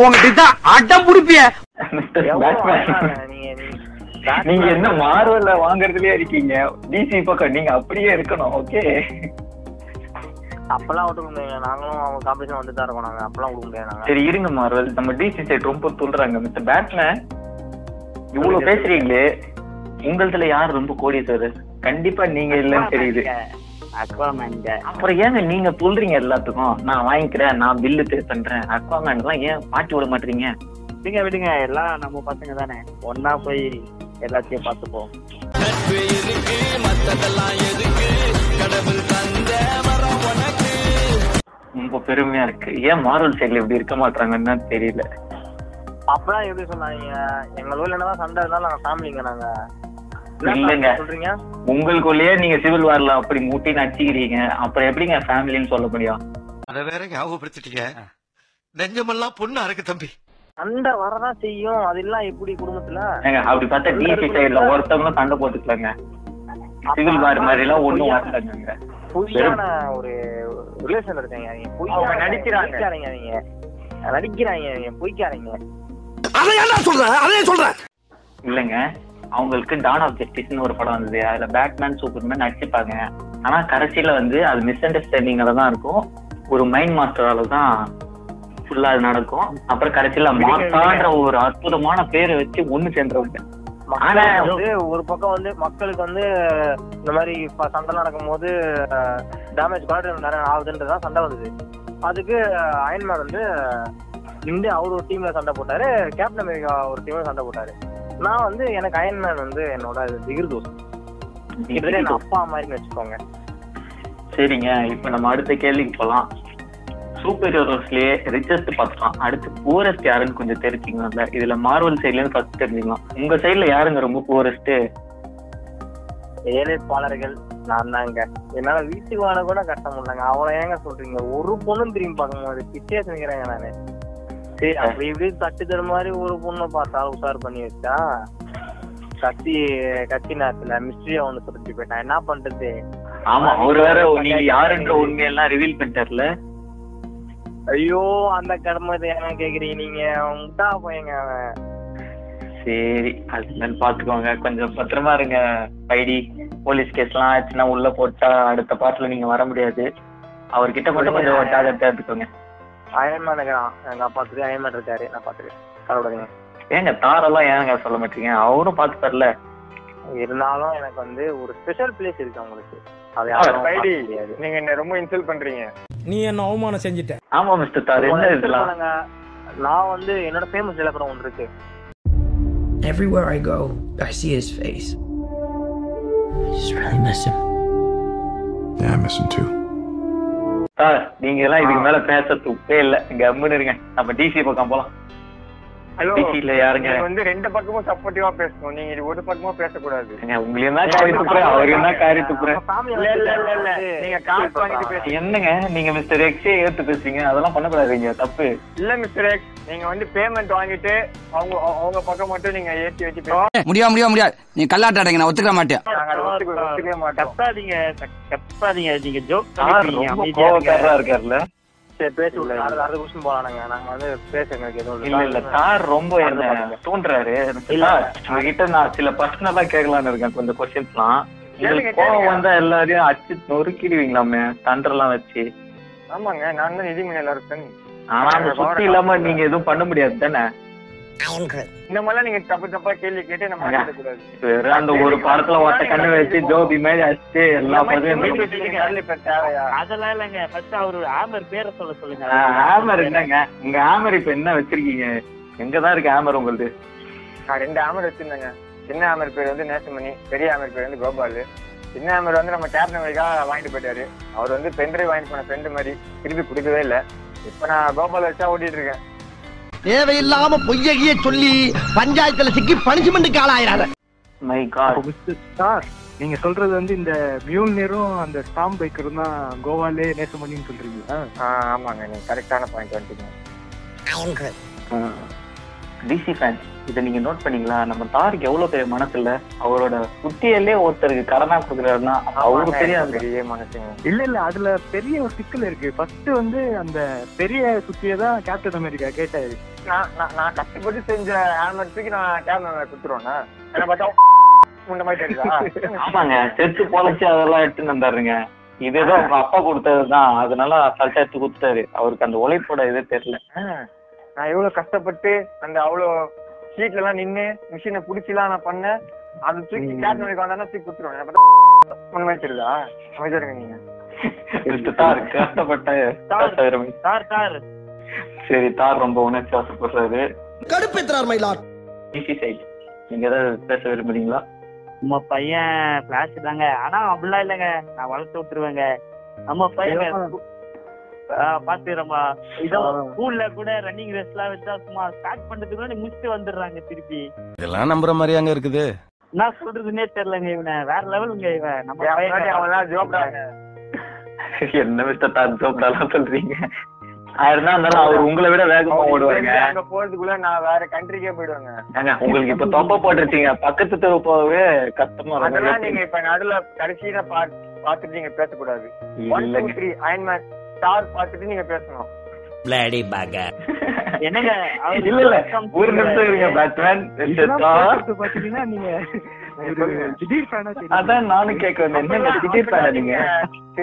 Speaker 7: உங்ககிட்ட அடம் பிடிப்பிய
Speaker 4: நீங்க என்ன மார்வல்ல வாங்குறதுலயே இருக்கீங்க டிசி பக்கம் நீங்க அப்படியே இருக்கணும் ஓகே
Speaker 6: அப்பெல்லாம் விட்டு முடியாது நாங்களும் அவங்க காம்படிஷன் வந்துட்டு தான் இருக்கோம் நாங்க அப்பெல்லாம் விட முடியாது நாங்க
Speaker 4: சரி இருங்க மார்வல் நம்ம டிசி சைடு ரொம்ப துள்ளுறாங்க மிஸ்டர் பேட்மேன் இவ்வளவு பேசுறீங்களே உங்களதுல யார் ரொம்ப கோடீஸ்வரர் கண்டிப்பா நீங்க இல்லன்னு தெரியுது
Speaker 12: அக்வாமேன்ங்க
Speaker 4: அப்புறம் ஏங்க நீங்க துள்றீங்க எல்லாத்துக்கும் நான் வாங்கிக்கிறேன் நான் பில்லு பே பண்றேன் அக்வாமேன் எல்லாம் ஏன் மாட்டி விட மாட்டீங்க
Speaker 12: விடுங்க விடுங்க எல்லாம் நம்ம பசங்க தானே ஒன்னா போய் எல்லாத்தையும் பார்த்துப்போம்
Speaker 4: ரொம்ப பெருமையா இருக்கு ஏன் மார்வல் சைடுல இப்படி இருக்க மாட்டாங்கன்னு தெரியல
Speaker 6: அப்பெல்லாம் எப்படி சொன்னாங்க எங்க ஊர்ல என்னதான் சண்டை இருந்தாலும் நாங்க ஃபேமிலிங்க நாங்க என்ன
Speaker 4: இல்லைங்க.
Speaker 6: family சொல்றீங்க
Speaker 4: உங்களுக்குள்ளேயே நீங்க சிவில் வார்ல அப்படி முட்டி நடிச்சுக்கிறீங்க அப்புறம் எப்படிங்க ஃபேமிலின்னு சொல்ல முடியும்
Speaker 13: அத வேற ஞாபகப்படுத்திட்டீங்க நெஞ்சமெல்லாம் பொண்ணு அறக்கு தம்பி
Speaker 6: சண்டை வரதான் செய்யும் அதெல்லாம் எப்படி குடும்பத்துல
Speaker 4: ஏங்க அப்படி பார்த்தா டிசி சைடுல ஒருத்தவங்களும் சண்டை போட்டுக்கலாங்க சிவில் வார் மாதிரி எல்லாம் ஒண்ணும் வரலங்க
Speaker 6: பொய்யான ஒரு ரிலேஷன் இருக்காங்க நீங்க பொய்யான
Speaker 4: நடிக்கிறாங்க.
Speaker 6: நடிக்கிறாங்க நீங்க நடிக்கிறாங்க நீங்க பொய்க்காரங்க
Speaker 4: அதை என்ன சொல்ற அதே சொல்ற இல்லங்க அவங்களுக்கு டான் ஆஃப் ஜஸ்டிஸ்னு ஒரு படம் வந்தது அதுல பேட்மேன் சூப்பர்மேன் நடிச்சுப்பாங்க ஆனா கடைசியில வந்து அது மிஸ் அண்டர்ஸ்டாண்டிங்ல தான் இருக்கும் ஒரு மைண்ட் மாஸ்டரால தான் ஃபுல்லா அது நடக்கும் அப்புறம் கடைசியில
Speaker 6: விடுங்க,
Speaker 4: மாஸ்டான்ற
Speaker 6: விடுங்க.
Speaker 4: ஒரு அற்புதமான பேரை வச்சு ஒண்ணு சேர்ந்துருவாங்க ஆனா
Speaker 6: மக்கள் வந்து ஒரு பக்கம் வந்து மக்களுக்கு வந்து இந்த மாதிரி இப்ப சண்டை நடக்கும்போது டேமேஜ் கார்டு நிறைய ஆகுதுன்றதுதான் சண்டை வந்தது அதுக்கு அயன்மேன் வந்து நின்று அவர் ஒரு டீம்ல சண்டை போட்டாரு கேப்டன் அமெரிக்கா ஒரு டீம்ல சண்டை போட்டாரு நான் வந்து எனக்கு அயன்மேன் வந்து என்னோட திகிர் தோசம் இதுல என் அப்பா மாதிரி வச்சுக்கோங்க
Speaker 4: சரிங்க இப்ப நம்ம அடுத்த கேள்விக்கு போலாம் சூப்பர் ஹீரோஸ்லயே ரிச்சஸ்ட் பார்க்கலாம் அடுத்து புவரஸ்ட் யாருன்னு கொஞ்சம் தெரிஞ்சுக்கலாம்ல இதுல மார்வல் சைட்ல இருந்து ஃபர்ஸ்ட் தெரிஞ்சுக்கலாம் உங்க சைடுல யாருங்க ரொம்ப புவரஸ்ட்
Speaker 6: வேலைப்பாளர்கள் நான் தாங்க என்னால வீட்டுக்கு வாழ கூட கஷ்டம் இல்லைங்க அவளை ஏங்க சொல்றீங்க ஒரு பொண்ணும் திரும்பி பார்க்க முடியாது பிச்சையா செஞ்சுக்கிறேங்க நானு சரி அப்படி இப்படி தட்டு தர மாதிரி ஒரு பொண்ணை பார்த்தா உஷார் பண்ணி வச்சா கத்தி கத்தி நேரத்துல மிஸ்டரியா ஒண்ணு சொல்லிட்டு போயிட்டான் என்ன பண்றது
Speaker 4: ஆமா அவர் வேற நீங்க யாருன்ற உண்மையெல்லாம் ரிவீல் பண்ணிட்டார்ல
Speaker 6: ஐயோ அந்த கடமை ஏன் கேக்குறீங்க நீங்க உண்டா போயங்க அவன்
Speaker 4: சரி அது மாதிரி பாத்துக்கோங்க கொஞ்சம் பத்திரமா இருங்க பைடி போலீஸ் கேஸ் எல்லாம் ஆச்சுன்னா உள்ள போட்டா அடுத்த பாட்டுல நீங்க வர முடியாது அவர்கிட்ட மட்டும் கொஞ்சம் ஜாகிரதையா எடுத்துக்கோங்க
Speaker 6: அயன்மேன் இருக்கிறான் எங்க அப்பா திரு அயன்மேன் இருக்காரு நான் பாத்துருக்கேன் கலவடாதீங்க
Speaker 4: ஏங்க தாரெல்லாம் ஏங்க சொல்ல மாட்டீங்க அவரும் பாத்துப்பார்ல
Speaker 6: இருந்தாலும் எனக்கு வந்து ஒரு ஸ்பெஷல் பிளேஸ் இருக்கு அவங்களுக்கு அது யாரும்
Speaker 9: ஸ்பைடி
Speaker 6: பார்க்க முடியாது
Speaker 9: நீங்க என்ன ரொம்ப இன்சல்ட் பண்றீங்க
Speaker 6: நீ என்ன அவமானம் செஞ்சுட்ட
Speaker 4: ஆமா மிஸ்டர் தார் என்ன இதெல்லாம்
Speaker 6: நான் வந்து என்னோட ஃபேமஸ் விளக்குற ஒன்று இருக்கு
Speaker 14: Everywhere I go, I see his face. I just really miss him.
Speaker 15: Yeah, I miss him too.
Speaker 4: Sir நீங்க எல்லாம் இதுக்கு மேல பேச துப்பே இல்ல கம்முன்னு இருங்க நம்ம டிசி பக்கம் போலாம்
Speaker 9: ஹலோ
Speaker 4: DC ல யாருங்க?
Speaker 9: வந்து ரெண்டு பக்கமும் சப்போர்ட்டிவா பேசணும் நீங்க இது ஒரு பக்கமா பேசக்கூடாது
Speaker 4: ஏங்க, உங்களையும் தான் காரி துப்புறேன் அவரையும் தான் காரி துப்புறேன்
Speaker 9: இல்ல இல்ல இல்ல இல்ல நீங்க காசு வாங்கிட்டு பேசுங்க
Speaker 4: என்னங்க நீங்க மிஸ்டர் எக்ஸே ஏத்து பேசுறீங்க அதெல்லாம் பண்ணக்கூடாதுங்க தப்பு
Speaker 9: இல்ல மிஸ்டர் எக்ஸ் நீங்க வந்து பேமெண்ட் வாங்கிட்டு அவங்க அவங்க பக்கம் மட்டும் நீங்க ஏத்தி வச்சு பேசுங்க
Speaker 16: முடியாது முடியாது முடியாது நீ கல்லாட்ட அடைங்க நான் ஒத்துக்க மாட்டேன்
Speaker 9: நாங்க அதை ஒத்துக்க- ஒத்துக்கவே மாட்டோம்
Speaker 12: கத்தாதீங்க கத்தாதீங்க நீங்க ஜோக்
Speaker 4: சார் ரொம்ப கோவக்காரரா இருக்காருல்ல
Speaker 17: சரி பேசி விடுங்க அடுத்த அடுத்த கொஸ்டின் போலானுங்க நாங்க வந்து பேசுங்க எனக்கு எதுவும்
Speaker 4: இல்ல இல்ல சார் ரொம்ப என்ன தூண்டுறாரு சார், உங்ககிட்ட நான் சில பர்சனலா கேட்கலாம்னு இருக்கேன் கொஞ்சம் கொஸ்டின்ஸ்லாம்
Speaker 6: கேளுங்க,
Speaker 4: உங்களுக்கு கோவம்
Speaker 6: கேளுங்க.
Speaker 4: வந்தா எல்லாரையும் அடிச்சு நொறுக்கிடுவீங்களாமே தண்டெல்லாம் வச்சு
Speaker 6: ஆமாங்க நான் தான் நிதி மின்னல் அரசன்
Speaker 4: ஆனா அந்த சுத்தி இல்லாம நீங்க எதுவும் பண்ண முடியாது தானே
Speaker 6: இந்த மாதிரிலாம் நீங்க தப்பு தப்பா கேள்வி கேட்டு நம்ம மாட்டிடக்கூடாது.
Speaker 4: வெறும் அந்த ஒரு படத்துல ஒத்த கண்ணு வச்சு ஜோபி மாதிரி அடிச்சு எல்லா
Speaker 6: நம்ம இந்த
Speaker 4: பதையும்
Speaker 6: மீட்டிங் வச்சுக்கிட்டு யாரும் இப்ப தேவையா?
Speaker 18: அதெல்லாம் இல்லைங்க ஃபர்ஸ்ட் அவரு ஆமர் பேரை சொல்ல சொல்லுங்க
Speaker 4: ஹேமர் என்னங்க உங்க ஹேமர் இப்ப என்ன வச்சிருக்கீங்க எங்கதான் இருக்கு ஹேமர் உங்களுது
Speaker 6: நான் ரெண்டு ஆமர் வச்சிருந்தேங்க சின்ன ஆமர் பேர் வந்து நேசமணி பெரிய ஆமர் பேர் வந்து கோபால் சின்ன ஆமர் வந்து நம்ம டேப் நம்பருக்காக வாங்கிட்டு போயிட்டாரு அவர் வந்து பென்ட்ரைவ் வாங்கிட்டு போன ஃப்ரெண்டு மாதிரி திருப்பி கொடுக்கவே இல்லை இப்போ நான் கோபால் வச்சா ஓட்டிட்டு இருக்கேன்
Speaker 1: தேவையில்லாம பொய்யகிய சொல்லி பஞ்சாயத்துல சிக்கி பனிஷ்மெண்ட்டுக்கு ஆளாயிராத
Speaker 4: மை காட்
Speaker 19: சார் நீங்க சொல்றது வந்து இந்த மியூல் நேரும் அந்த ஸ்டாம் பைக்கரும் தான் கோவாலே நேசமணின்னு சொல்றீங்களா
Speaker 6: ஆ, ஆமாங்க நீங்க கரெக்டான பாயிண்ட் வந்துட்டீங்க
Speaker 4: டிசி ஃபேன்ஸ் இதை நீங்க நோட் பண்ணீங்களா நம்ம தாருக்கு எவ்வளவு பெரிய மனசு இல்ல அவரோட குட்டியல்லே ஒருத்தருக்கு கடனா கொடுக்குறாருன்னா அவரு பெரிய ஆளு.
Speaker 6: பெரிய மனசுங்க
Speaker 19: இல்ல இல்ல அதுல பெரிய ஒரு சிக்கல் இருக்கு ஃபர்ஸ்ட் வந்து அந்த பெரிய சுத்தியை தான் கேப்டன் அமெரிக்கா கேட்டாரு
Speaker 6: நான் நான்- நான் கஷ்டப்பட்டு செஞ்ச ஆமர்ஸுக்கு நான் டேப் நம்பர் கொடுத்துருவேண்ணா என்ன பார்த்தா முன்ன மாதிரி தெரியுதா
Speaker 4: ஆமாங்க செத்து பொழைச்சு அதெல்லாம் எடுத்துன்னு வந்தாருங்க இதுதான் உங்க அப்பா கொடுத்ததுதான் அதனால அசால்ட்டா எடுத்து கொடுத்தாரு அவருக்கு அந்த உழைப்போட இது தெரியல
Speaker 6: ஆ, நான் எவ்வளவு கஷ்டப்பட்டு அந்த அவ்வளோ ஷீட்ல எல்லாம் நின்னு மிஷினை புடிச்சுலாம் நான் பண்ணேன் அது தூக்கி
Speaker 4: ம்.
Speaker 6: கேட் மணிக்கு வந்தானா தூக்கி கொடுத்துருவேன் என்ன பார்த்தா முன்ன மாதிரி தெரியுதா அமைதியா இருங்க நீங்க
Speaker 4: Mr. தார் கஷ்டப்பட்ட கஷ்டவீரமணி.
Speaker 18: சார் சார்
Speaker 4: சரி தார் ரொம்ப உணர்ச்சி ஆசைப்படுறாரு
Speaker 9: கடுப்பேத்துறார் மயிலார்
Speaker 4: டிசி சைட் நீங்க ஏதாவது பேச விரும்புறீங்களா
Speaker 18: நம்ம பையன் பிளாஷ் தாங்க ஆனா அப்படிலாம் இல்லைங்க நான் வளர்த்து விட்டுருவேங்க நம்ம பையன் பாத்துக்கிறோமா இதோ ஸ்கூல்ல கூட ரன்னிங் ரேஸ் எல்லாம் வச்சா சும்மா ஸ்டார்ட் பண்றதுக்கு முன்னாடி முடிச்சுட்டு வந்துடுறாங்க திருப்பி
Speaker 20: இதெல்லாம் நம்புற மாதிரியாங்க இருக்குது
Speaker 18: என்ன சொல்றதுன்னே தெரியலங்க இவனை வேற லெவலுங்க இவன் நம்ம
Speaker 6: என்
Speaker 18: பையன்
Speaker 6: முன்னாடி அவன்லாம் ஜோப்டாங்க
Speaker 4: என்ன மிஸ்டர் தார் ஜோப்டாலாம் சொல்றீங்க ஆயிருந்தா இருந்தாலும் அவர் உங்களை விட வேகமா ஓடுவாங்க
Speaker 6: அங்க போறதுக்குள்ள நான் வேற கண்ட்ரிக்கே போயிடுவேங்க
Speaker 4: ஏங்க, உங்களுக்கு இப்ப தொப்பை போட்டுருச்சீங்க பக்கத்து தெரு போகவே கஷ்டமா
Speaker 6: அதெல்லாம் நீங்க
Speaker 4: இருக்கும்
Speaker 6: இப்ப நடுல கடைசியில பாத்- பாத்துட்டு நீங்க பேசக்கூடாது ஒன் டூ
Speaker 4: இல்லைங்க.
Speaker 6: த்ரீ அயன்மேன் ஸ்டார் பாத்துட்டு நீங்க பேசணும்
Speaker 1: பிளாடி பாக
Speaker 18: என்னங்க அவரு
Speaker 4: இல்ல இல்ல
Speaker 18: welcome
Speaker 4: ஒரு
Speaker 18: to
Speaker 4: நிமிஷம் இருங்க பேட்மேன் மிஸ்டர்
Speaker 19: இதெல்லாம்
Speaker 4: தார்
Speaker 19: பார்த்து பாத்தீங்கன்னா நீங்க ஒரு திடீர் ஃபேனா
Speaker 4: அதான் நானும் கேட்க வந்தேன் என்னங்க திடீர் பேன நீங்க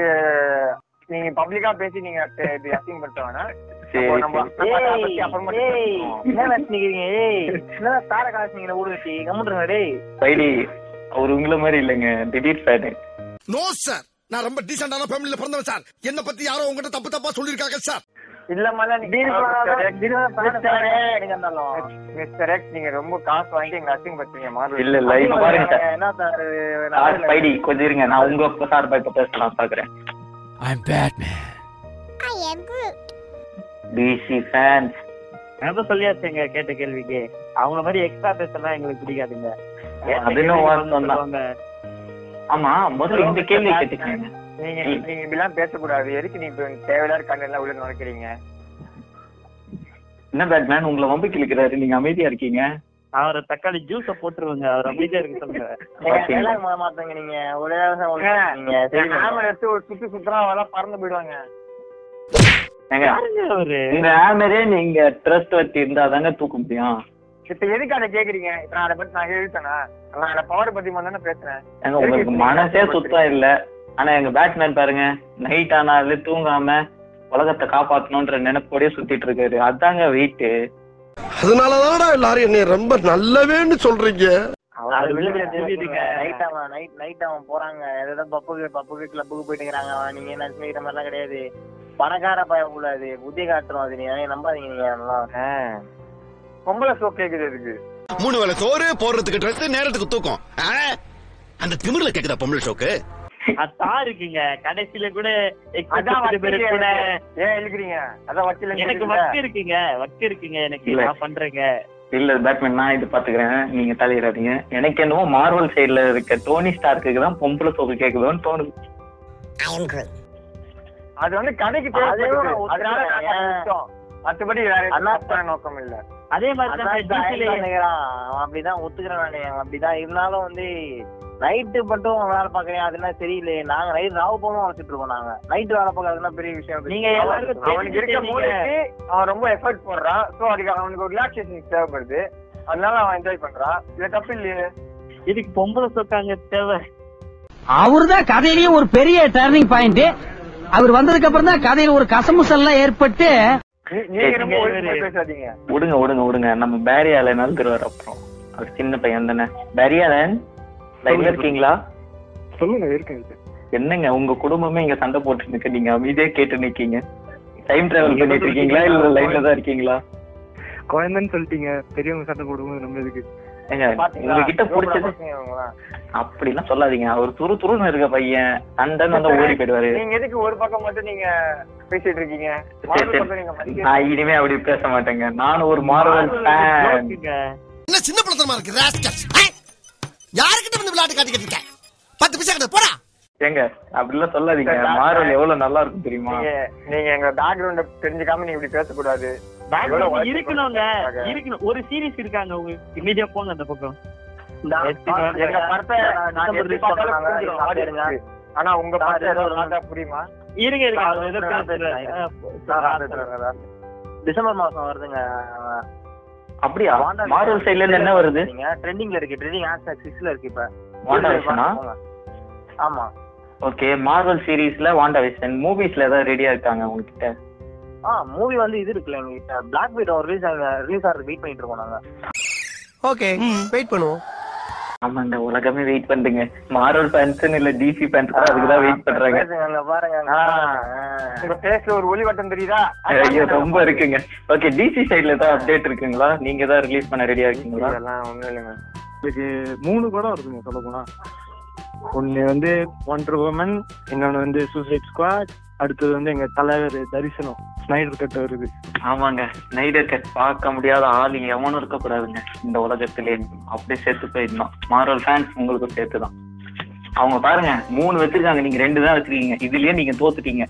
Speaker 6: அஹ் நீங்க பப்ளிக்கா பேசி நீங்க அஹ் இது அசிங் பண்றவனா
Speaker 4: சரி,
Speaker 6: நம்ம
Speaker 4: சரி.
Speaker 6: நம்ம அதை பத்தி அப்புறமா
Speaker 18: ஏய்,
Speaker 6: discuss
Speaker 18: என்ன
Speaker 6: பண்ணுவோம்.
Speaker 18: நிக்கிறீங்க ஏய் என்ன தார காசு நீங்க ஊடு கட்டி கம்முட்டுருங்க டேய்
Speaker 4: பைடி அவர் உங்களை மாதிரி இல்லைங்க திடீர் பேனு
Speaker 9: நோ சார் நான் ரொம்ப டீசென்டான ஃபேமிலில பிறந்தவன் சார் என்ன பத்தி யாரோ உங்ககிட்ட தப்பு தப்பா சொல்லிருக்காங்க சார்
Speaker 6: இல்ல மல்ல
Speaker 18: திடீர்னு சொல்லாத, திடீர்னு சொல்லாத,
Speaker 6: நீங்க மிஸ்டர் எக்ஸ் நீங்க ரொம்ப காசு வாங்கி எங்களை அசிங் பண்றீங்க மாதிரி
Speaker 4: இல்ல, இல்ல, இப்ப பாருங்க சார்.
Speaker 6: என்ன சார்
Speaker 4: சார் பைடி கொஞ்சம் இருங்க நான் உங்க சார் இப்ப பேசலாம் பாக்குறேன்
Speaker 1: ஐம் பேட்மேன்
Speaker 4: டிசி ஃபேன்
Speaker 18: ரொம்ப சொல்லியாச்சுங்க கேட்ட கேள்விக்கு அவங்கள மாதிரி எக்ஸ்ட்ரா பேசலாம் எங்களுக்கு பிடிக்காதுங்க
Speaker 4: அது என்ன வாஸ்தவம் தான்.
Speaker 18: சொல்லுவாங்க,
Speaker 4: ஆமா முதல்ல இந்த கேள்வி கேட்டுக்கங்க
Speaker 6: நீங்க நீங்க இப்படிலாம் பேசக்கூடாது எதுக்கு நீ இப்ப தேவையில்லாத கண்ணு எல்லாம் உள்ள நுழைக்கிறீங்க
Speaker 4: என்ன பேட்மேன் உங்களை வம்பு கிழக்கிறாரு நீங்க அமைதியா இருக்கீங்க
Speaker 18: அவரை தக்காளி ஜூஸ போட்டுருவாங்க அவர் அப்படியே இருக்க சொல்லுங்க
Speaker 4: Okay.
Speaker 6: dialogue மாத்த மாத்தீங்க நீங்க ஒரே தான் ஒழுங்கா இருக்கீங்க.
Speaker 18: சரி.
Speaker 6: camera எடுத்து ஒரு சுத்தி சுத்தறா அதெல்லாம் பறந்து போயிடுவாங்க
Speaker 4: ஏங்க, இந்த ஆமரே நீங்க ட்ரஸ்ட் வச்சு இருந்தா தாங்க தூக்க முடியும்
Speaker 6: இப்ப எதுக்கு அதை கேக்குறீங்க இப்ப நான் அதை பத்தி நான் எழுத்தனா நான் அதை பவர் பத்தி மட்டும் தானே பேசுறேன்
Speaker 4: ஏங்க உங்களுக்கு மனசே சுத்தம் இல்ல ஆனா எங்க பேட்மேன் பாருங்க நைட் ஆனாலும் தூங்காம உலகத்தை காப்பாத்தணும்ன்ற நினைப்போடயே சுத்திட்டு இருக்காரு அதாங்க வெயிட்டு
Speaker 9: அதனால தானடா எல்லாரும் என்னை ரொம்ப நல்லவேன்னு சொல்றீங்க
Speaker 6: அது விழுதுல தெரியுதுங்க நைட் அவன் நைட் நைட் அவன் போறாங்க ஏதோ பப்புக்கு பப்புக்கு கிளப்புக்கு போயிட்டு இருக்கிறாங்க அவன் நீங்க என்ன நினைக்கிற மாதிரிலாம் கிடையாது பணக்கார பய கூடாது புத்தி காட்டுறோம் அது நீங்க அதையும் நம்பாதீங்க நீங்க அதெல்லாம் பொம்பளை சோ கேக்குது இருக்கு
Speaker 1: மூணு வேளை சோறு போடுறதுக்கு ட்ரெஸ் நேரத்துக்கு தூக்கம் ஆ? அந்த திமிர்ல கேக்குதா பொம்பளை ஷோக்கு
Speaker 18: அத்தா இருக்குங்க கடைசியில கூட
Speaker 6: அதான்
Speaker 18: எக்ஸ்ட்ரா பேர்
Speaker 6: வக்கீல்
Speaker 18: கூட
Speaker 6: ஏன் இழுக்கிறீங்க அதான் வக்கீல்
Speaker 18: எனக்கு வக்கு இருக்குங்க வக்கு இருக்குங்க எனக்கு
Speaker 4: இல்ல.
Speaker 18: நான் பண்றேங்க
Speaker 4: இல்ல பேட்மேன் நான் இது பாத்துக்கிறேன் நீங்க தலையிடாதீங்க எனக்கு என்னவோ மார்வல் சைடுல இருக்க டோனி ஸ்டார்க்கு தான் பொம்பளை சோக்கு கேக்குதோன்னு தோணுது
Speaker 6: அது வந்து கதைக்கு தேவைப்படுது அதனால நான் கஷ்டம் மத்தபடி வேற எதுவும் தப்பான நோக்கம் இல்ல
Speaker 18: அதே மாதிரி
Speaker 6: அதான் இப்ப அயன் மேன் நினைக்கிறான். அவன் அப்படிதான் ஒத்துக்கிறான் நானு. அவன் அப்படிதான் இருந்தாலும் வந்து
Speaker 9: நைட்டு மட்டும் வேலை பாக்குறீங்க அதுனா சரியில்லையே நாங்க நைட் ராவு போனோம் வச்சுட்டு இருக்கோம் நாங்க நைட் வேலை பார்க்கறதுனா பெரிய விஷயம்
Speaker 12: நீங்க எல்லாருக்கும் தெரிஞ்சு
Speaker 6: அவனுக்கு இருக்க
Speaker 12: தெரிஞ்சீங்க.
Speaker 6: மூளைக்கு அவன் ரொம்ப எஃபர்ட் போடுறான் சோ அதுக்கு அவனுக்கு ஒரு ரிலாக்ஸேஷன் தேவைப்படுது அதனால அவன் என்ஜாய் பண்றான் இது தப்பு இல்லையே
Speaker 12: இதுக்கு பொம்பளை சொக்காங்க தேவை
Speaker 21: அவர்தான் கதையிலயும் ஒரு பெரிய டர்னிங் பாயிண்ட் அவர் வந்ததுக்கு அப்புறம் தான் கதையில ஒரு கசமுசல்லாம் ஏற்பட்டு
Speaker 6: நீங்க ரொம்ப ஒழுங்கா பேசாதீங்க
Speaker 4: விடுங்க விடுங்க விடுங்க நம்ம பேரியால திருவார் அப்புறம் அவர் சின்ன பையன் தானே பேரியாலன் லைன்ல இருக்கீங்களா
Speaker 22: சொல்லுங்க இருக்கேன்
Speaker 4: என்னங்க உங்க குடும்பமே இங்க சண்டை போட்டு நிக்க நீங்க அமைதியா கேட்டு நிக்கீங்க டைம் டிராவல் பண்ணிட்டு இருக்கீங்களா இல்ல லைன்ல தான் இருக்கீங்களா
Speaker 22: குழந்தைன்னு சொல்லிட்டீங்க பெரியவங்க சண்டை போடும்போது நம்ம எதுக்கு
Speaker 4: ஏங்க உங்ககிட்ட பிடிச்சது அப்படிலாம் சொல்லாதீங்க அவர் துரு துருன்னு இருக்க பையன் அண்டன் வந்து ஓடி போயிடுவாரு
Speaker 6: நீங்க எதுக்கு ஒரு பக்கம் மட்டும் நீங்க பேசிட்டு இருக்கீங்க
Speaker 4: சரி,
Speaker 6: மாறுபட்ட
Speaker 4: சரி.
Speaker 6: நீங்க மதிக்க
Speaker 4: நான் இனிமே அப்படி பேச மாட்டேங்க நானும் ஒரு மார்வல் ஃபேன்
Speaker 1: என்ன சின்ன படத்தனமா இருக்கு ராஸ்கல்ஸ் யாருக்கிட்ட வந்து விளையாட்டு காட்டிக்கிட்டு இருக்க பத்து பைசா கிட்ட போடா
Speaker 4: ஏங்க அப்படிலாம் சொல்லாதீங்க மார்வல் எவ்வளவு நல்லா இருக்கும் தெரியுமா
Speaker 6: நீங்க நீங்க எங்க பேக்ரவுண்ட தெரிஞ்சுக்காம நீங்க இப்படி பேசக்கூடாது எவ்வளவு
Speaker 12: பேக்ரவுண்ட்
Speaker 6: உழைப்பு
Speaker 12: இருக்கணுங்க
Speaker 6: பண்றாங்க.
Speaker 12: இருக்கணும் ஒரு சீரிஸ் இருக்காங்க அவங்க இமீடியா போங்க அந்த பக்கம்
Speaker 6: எங்க படத்தை நாங்க எப்படி பார்த்தாலும் புரிஞ்சிடும் audience க்கு. ஆனா உங்க படத்தை ஏதோ ஒரு நாட்டா புரியுமா
Speaker 12: இருங்க இருங்க
Speaker 6: நான்
Speaker 12: அது ஏதோ
Speaker 6: நான்
Speaker 12: பேசுறேன்.
Speaker 6: பேசுறேன்.
Speaker 12: ஆ,
Speaker 6: நான் ஆரம்பிச்சிடுறேன், நான் ஆரம்பிச்சிடுறேன்.
Speaker 9: டிசம்பர் மாசம் வருதுங்க
Speaker 4: அப்படியா மார்வல் சைடுல இருந்து என்ன வருது
Speaker 9: ட்ரெண்டிங்ல இருக்கு ட்ரெண்டிங் ஹேஷ்டாக் சிக்ஸ்ல இருக்கு இப்ப
Speaker 4: வாண்டா விஷனா
Speaker 9: ஆமா
Speaker 4: ஓகே மார்வல் சீரிஸ்ல வாண்டா விஷன் மூவிஸ்ல ஏதாவது ரெடியா இருக்காங்க உங்ககிட்ட
Speaker 9: ஆ மூவி வந்து இது இருக்குல்ல எங்ககிட்ட பிளாக் வீட் ஒரு ரிலீஸ் ரிலீஸ் ஆகிறது வெயிட் பண்ணிட்டு இருக்கோம் நாங்க
Speaker 14: ஓகே வெயிட் பண்ணுவோம்
Speaker 4: ஆமாங்க உலகமே வெயிட் பண்ணுங்க மார்வல் ஃபேன்ஸ் இல்ல டிசி ஃபேன்ஸ் கூட அதுக்கு தான் வெயிட் பண்றாங்க
Speaker 9: பேசுங்க, பாருங்க
Speaker 6: ஆ, உங்க பேஸ்ல ஒரு ஒளி வட்டம் தெரியுதா
Speaker 4: ஐயோ ரொம்ப இருக்குங்க ஓகே டிசி சைடுல ஏதாவது அப்டேட் இருக்குங்களா நீங்க தான் ரிலீஸ் பண்ண ரெடியா இருக்கீங்களா
Speaker 6: அதெல்லாம் ஒண்ணும் இல்லைங்க
Speaker 22: இதுக்கு மூணு படம் இருக்குங்க சொல்ல போனா ஒன்னு வந்து ஒண்டர் உமன் இன்னொன்னு வந்து சூசைட் ஸ்குவாட் அடுத்தது வந்து எங்க தலைவர் தரிசனம் ஸ்னைடர் கட்ட வருது
Speaker 4: ஆமாங்க நைடர் கட் பார்க்க முடியாத ஆள் எவனும் இருக்க கூடாதுங்க இந்த உலகத்திலே அப்படியே சேர்த்து போயிடணும் மார்வல் ஃபேன்ஸ் உங்களுக்கும் சேர்த்து தான் அவங்க பாருங்க மூணு வச்சிருக்காங்க நீங்க ரெண்டு தான் வச்சிருக்கீங்க இதுலயே நீங்க தோத்துட்டீங்க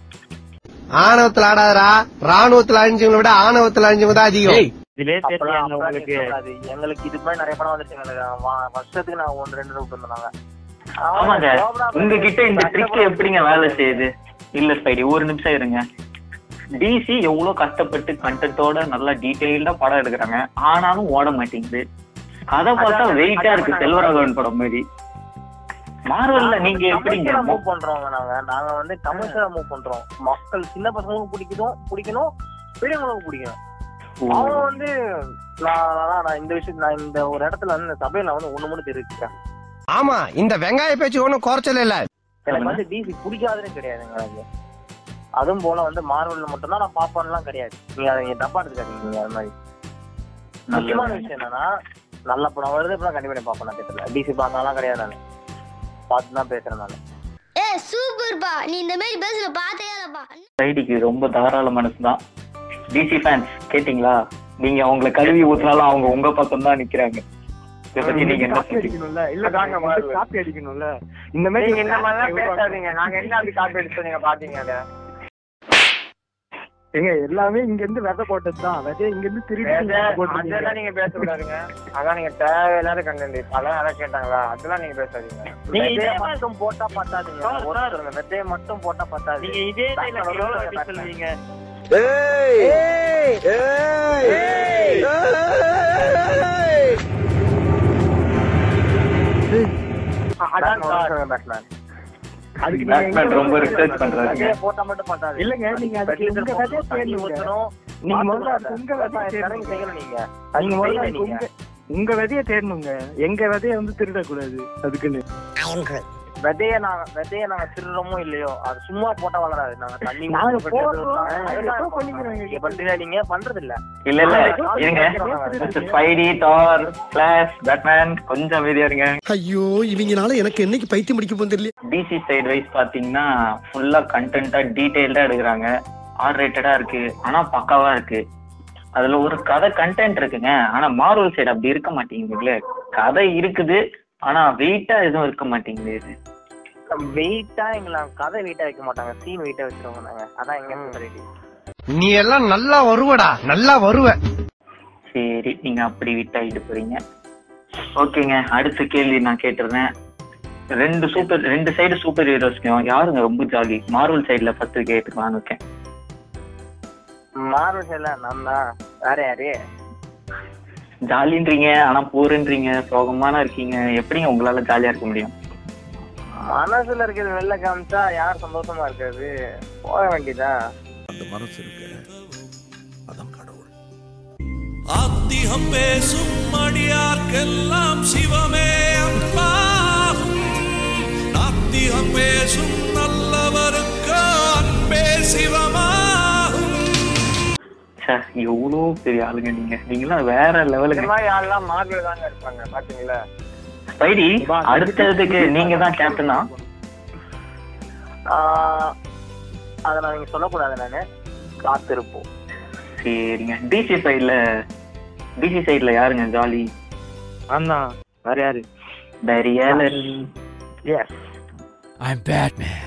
Speaker 21: ஆணவத்துல ஆடாதரா ராணுவத்துல அழிஞ்சவங்களை விட ஆணவத்துல அழிஞ்சவங்க தான் அதிகம்
Speaker 12: இதுலயே
Speaker 9: அப்பெல்லாம்
Speaker 12: தெரியாங்க
Speaker 9: அப்பெல்லாம்
Speaker 12: உங்களுக்கு
Speaker 9: கேட்கக்கூடாது. எங்களுக்கு இது மாதிரி நிறைய படம் வந்துருச்சு எங்களுக்கு வா- வருஷத்துக்கு நான் ஒன்று ரெண்டு விட்டு இருந்தாங்க
Speaker 4: ஆமாங்க உங்ககிட்ட இந்த ட்ரிக் எப்படிங்க வேலை செய்யுது இல்ல ஸ்பைடி ஒரு நிமிஷம் இருங்க டிசி எவ்வளவு கஷ்டப்பட்டு கண்டென்ட்டோட நல்லா டீடைல்டா படம் எடுக்கிறாங்க ஆனாலும் ஓட மாட்டேங்குது கதை பார்த்தா வெயிட்டா இருக்கு செல்வராகவன் படம் மாதிரி மார்வல்ல நீங்க எப்படிங்க
Speaker 9: மூவ் பண்றோம் நாங்க நாங்க வந்து கமர்ஷியலா மூவ் பண்றோம் மக்கள் சின்ன பசங்களுக்கும் பிடிக்கணும் பிடிக்கணும் பெரியவங்களுக்கும் பிடிக்கணும் அவங்க வந்து நான் நான் நான் இந்த விஷயத்துல நான் இந்த ஒரு இடத்துல வந்து இந்த சபையில வந்து ஒண்ணு மட்டும் தெரிவிச்சுட்டேன்
Speaker 14: ஆமா இந்த வெங்காய பேச்சு ஒண்ணும் குறைச்சல இல்ல
Speaker 9: எனக்கு வந்து டிசி பிடிக்காதுன்னு கிடையாதுங்க எனக்கு அதுவும் போல வந்து மார்வெல்ல மட்டும்தான் நான் பாப்பான்லாம் கிடையாது நீங்க அதை நீங்க தப்பா எடுத்துக்காதீங்க நீங்க அது மாதிரி முக்கியமான விஷயம் என்னன்னா நல்ல படம் வருது அப்புறம் கண்டிப்பா நீ பாப்பேன் நான் தேட்டர்ல டிசி பார்த்தாலாம் கிடையாது நான் பார்த்து தான் பேசுறேன் நான்
Speaker 5: ஏ சூப்பர்பா நீ இந்த மாதிரி பேசுற பார்த்தே இல்லப்பா
Speaker 4: ஸ்பைடிக்கு ரொம்ப தாராள மனசு தான் டிசி ஃபேன்ஸ் கேட்டிங்களா நீங்க அவங்களை கழுவி ஊத்தினாலும் அவங்க உங்க பக்கம் தான் நிக்கிறாங்க இதை பத்தி நீங்க என்ன
Speaker 22: காப்பி
Speaker 4: சொல்றீங்க
Speaker 22: அடிக்கணும்ல இல்ல
Speaker 6: அதாங்க
Speaker 22: தாங்க
Speaker 6: மாறுது.
Speaker 22: காப்பி அடிக்கணும்ல இந்த
Speaker 6: நீங்க
Speaker 22: மாதிரி
Speaker 6: இந்த மாதிரிலாம் பேசாதீங்க நாங்க என்ன அப்படி காப்பி அடிச்சோம் நீங்க பாத்தீங்க அதை
Speaker 22: ஏங்க எல்லாமே இங்க இருந்து விதை போட்டது தான் விதை இங்க இருந்து திருடி இங்க போட்டிருக்கீங்க.
Speaker 6: அதெல்லாம் நீங்க பேசக்கூடாதுங்க அதான் நீங்க தேவையில்லாத கண்டென்ட் அதெல்லாம் அதான் கேட்டாங்களா அதெல்லாம் நீங்க பேசாதீங்க
Speaker 12: நீங்க இதே
Speaker 9: வெத்தையை மட்டும் போட்டா பத்தாதுங்க நான் ஒரு சொல்றேன் வெத்தையை மட்டும் போட்டா பத்தாது
Speaker 12: நீங்க இதே
Speaker 9: Back
Speaker 12: dialogue
Speaker 9: பண்ண
Speaker 12: எவ்வளவு
Speaker 9: சொல்லுங்க,
Speaker 12: வாட்டி
Speaker 9: back
Speaker 12: சொல்லுவீங்க
Speaker 9: பண்ண- அதான் சொல்லுங்க, back பண்ண.
Speaker 22: அதுக்கு நீங்க
Speaker 4: Batman
Speaker 22: எங்க
Speaker 4: ரொம்ப
Speaker 22: வேணா
Speaker 4: research
Speaker 22: போடுங்க.
Speaker 4: பண்றாருங்க.
Speaker 9: வெத்தையை போட்டா மட்டும் பத்தாது
Speaker 22: இல்லங்க நீங்க அதுக்கு
Speaker 9: வெத்தையை
Speaker 22: உங்க விதையை
Speaker 9: போட்டு தண்ணி
Speaker 22: தேடுங்க.
Speaker 9: ஊத்தணும்.
Speaker 22: நீங்க
Speaker 9: பார்த்து
Speaker 22: முதல்ல அதுக்கு உங்க
Speaker 9: பார்த்து
Speaker 22: விதையை
Speaker 9: இறங்கி
Speaker 22: தேடுங்க.
Speaker 9: செய்யணும் நீங்க
Speaker 22: நீங்க
Speaker 9: அதுக்கு
Speaker 22: முதல்ல
Speaker 9: செய்யல
Speaker 22: அதுக்கு
Speaker 9: நீங்க
Speaker 22: உங்க உங்க விதையை தேடணுங்க எங்க விதையை வந்து திருடக்கூடாது அதுக்குன்னு
Speaker 9: விதைய நாங்க விதைய நாங்க திருடுறோமோ இல்லையோ அது சும்மா போட்டா வளராது நாங்க தண்ணி
Speaker 22: நாங்க
Speaker 9: ஊத்தி போட்டு
Speaker 22: போடுறோம்,
Speaker 9: விடுறோம்.
Speaker 22: அதுதான்
Speaker 9: அதுதான்
Speaker 22: பண்ணிக்கிறோங்க.
Speaker 9: நீங்க பண்றீங்க, நீங்க பண்றது இல்ல
Speaker 4: இல்ல இல்ல இருங்க mister Spidey Thor Flash Batman கொஞ்சம் அமைதியா இருங்க
Speaker 1: ஐயோ இவங்கனால எனக்கு என்னைக்கு பைத்தியம் பிடிக்க போந்திரல
Speaker 4: டிசி சைடு வைஸ் பாத்தீங்கன்னா ஃபுல்லா கண்டென்ட்டா டீடைல்டா எடுக்கிறாங்க ஆர் ரேட்டடா இருக்கு ஆனா பக்காவா இருக்கு அதுல ஒரு கதை கண்டென்ட் இருக்குங்க ஆனா மார்வல் சைடு அப்படி இருக்க மாட்டேங்குதுல்ல கதை இருக்குது ஆனா வெயிட்டா எதுவும் இருக்க மாட்டேங்குது
Speaker 9: வெயிட்டா எங்களை கதை வெயிட்டா வைக்க மாட்டாங்க சீன் வெயிட்டா வச்சிருவோம் நாங்க அதான் எங்க வெரைட்டி
Speaker 14: நீ எல்லாம் நல்லா வருவடா நல்லா வருவ
Speaker 4: சரி நீங்க அப்படி விட்டாயிட்டு போறீங்க ஓகேங்க அடுத்த கேள்வி நான் கேட்டுறேன் ரெண்டு சூப்பர் ரெண்டு சைடு சூப்பர் ஹீரோஸ்க்கும் யாருங்க ரொம்ப ஜாகி மார்வல் சைடுல ஃபர்ஸ்ட் கேட்டுக்கலாம்னு இருக்கேன்
Speaker 6: மார்வல் எல்லாம் நான் தான் வேற யாரு
Speaker 4: ஜாலின்றீங்க ஆனா போருன்றீங்க சோகமான இருக்கீங்க எப்படிங்க உங்களால ஜாலியா இருக்க முடியும்
Speaker 6: மனசுல இருக்கிறது வெளில காமிச்சா யார் சந்தோஷமா இருக்காது போக வேண்டியதா
Speaker 1: அந்த மனசு இருக்கு அதான் கடவுள்
Speaker 23: ஆத்திகம் பேசும் அடியார்க்கெல்லாம் சிவமே அன்பாகும் நாத்திகம் பேசும் நல்லவருக்கு அன்பே சிவமாகும்
Speaker 4: ச்சே, எவ்வளவு பெரிய ஆளுங்க நீங்க நீங்களாம் வேற
Speaker 6: இந்த
Speaker 4: லெவலுக்கு
Speaker 6: மாதிரி ஆள்லாம் மார்வல் தாங்க இருப்பாங்க பாத்தீங்களா
Speaker 4: ஸ்பைடி அடுத்ததுக்கு நீங்க தான் கேப்டனா
Speaker 6: ஆஹ், அதை நான் நீங்க சொல்லக்கூடாது நானு காத்திருப்போம்
Speaker 4: சரிங்க டிசி சைடுல டிசி சைடுல யாருங்க ஜாலி
Speaker 24: அண்ணா வேற யாரு
Speaker 4: டரியலன்
Speaker 24: எஸ்
Speaker 4: ஐம் பேட்மேன்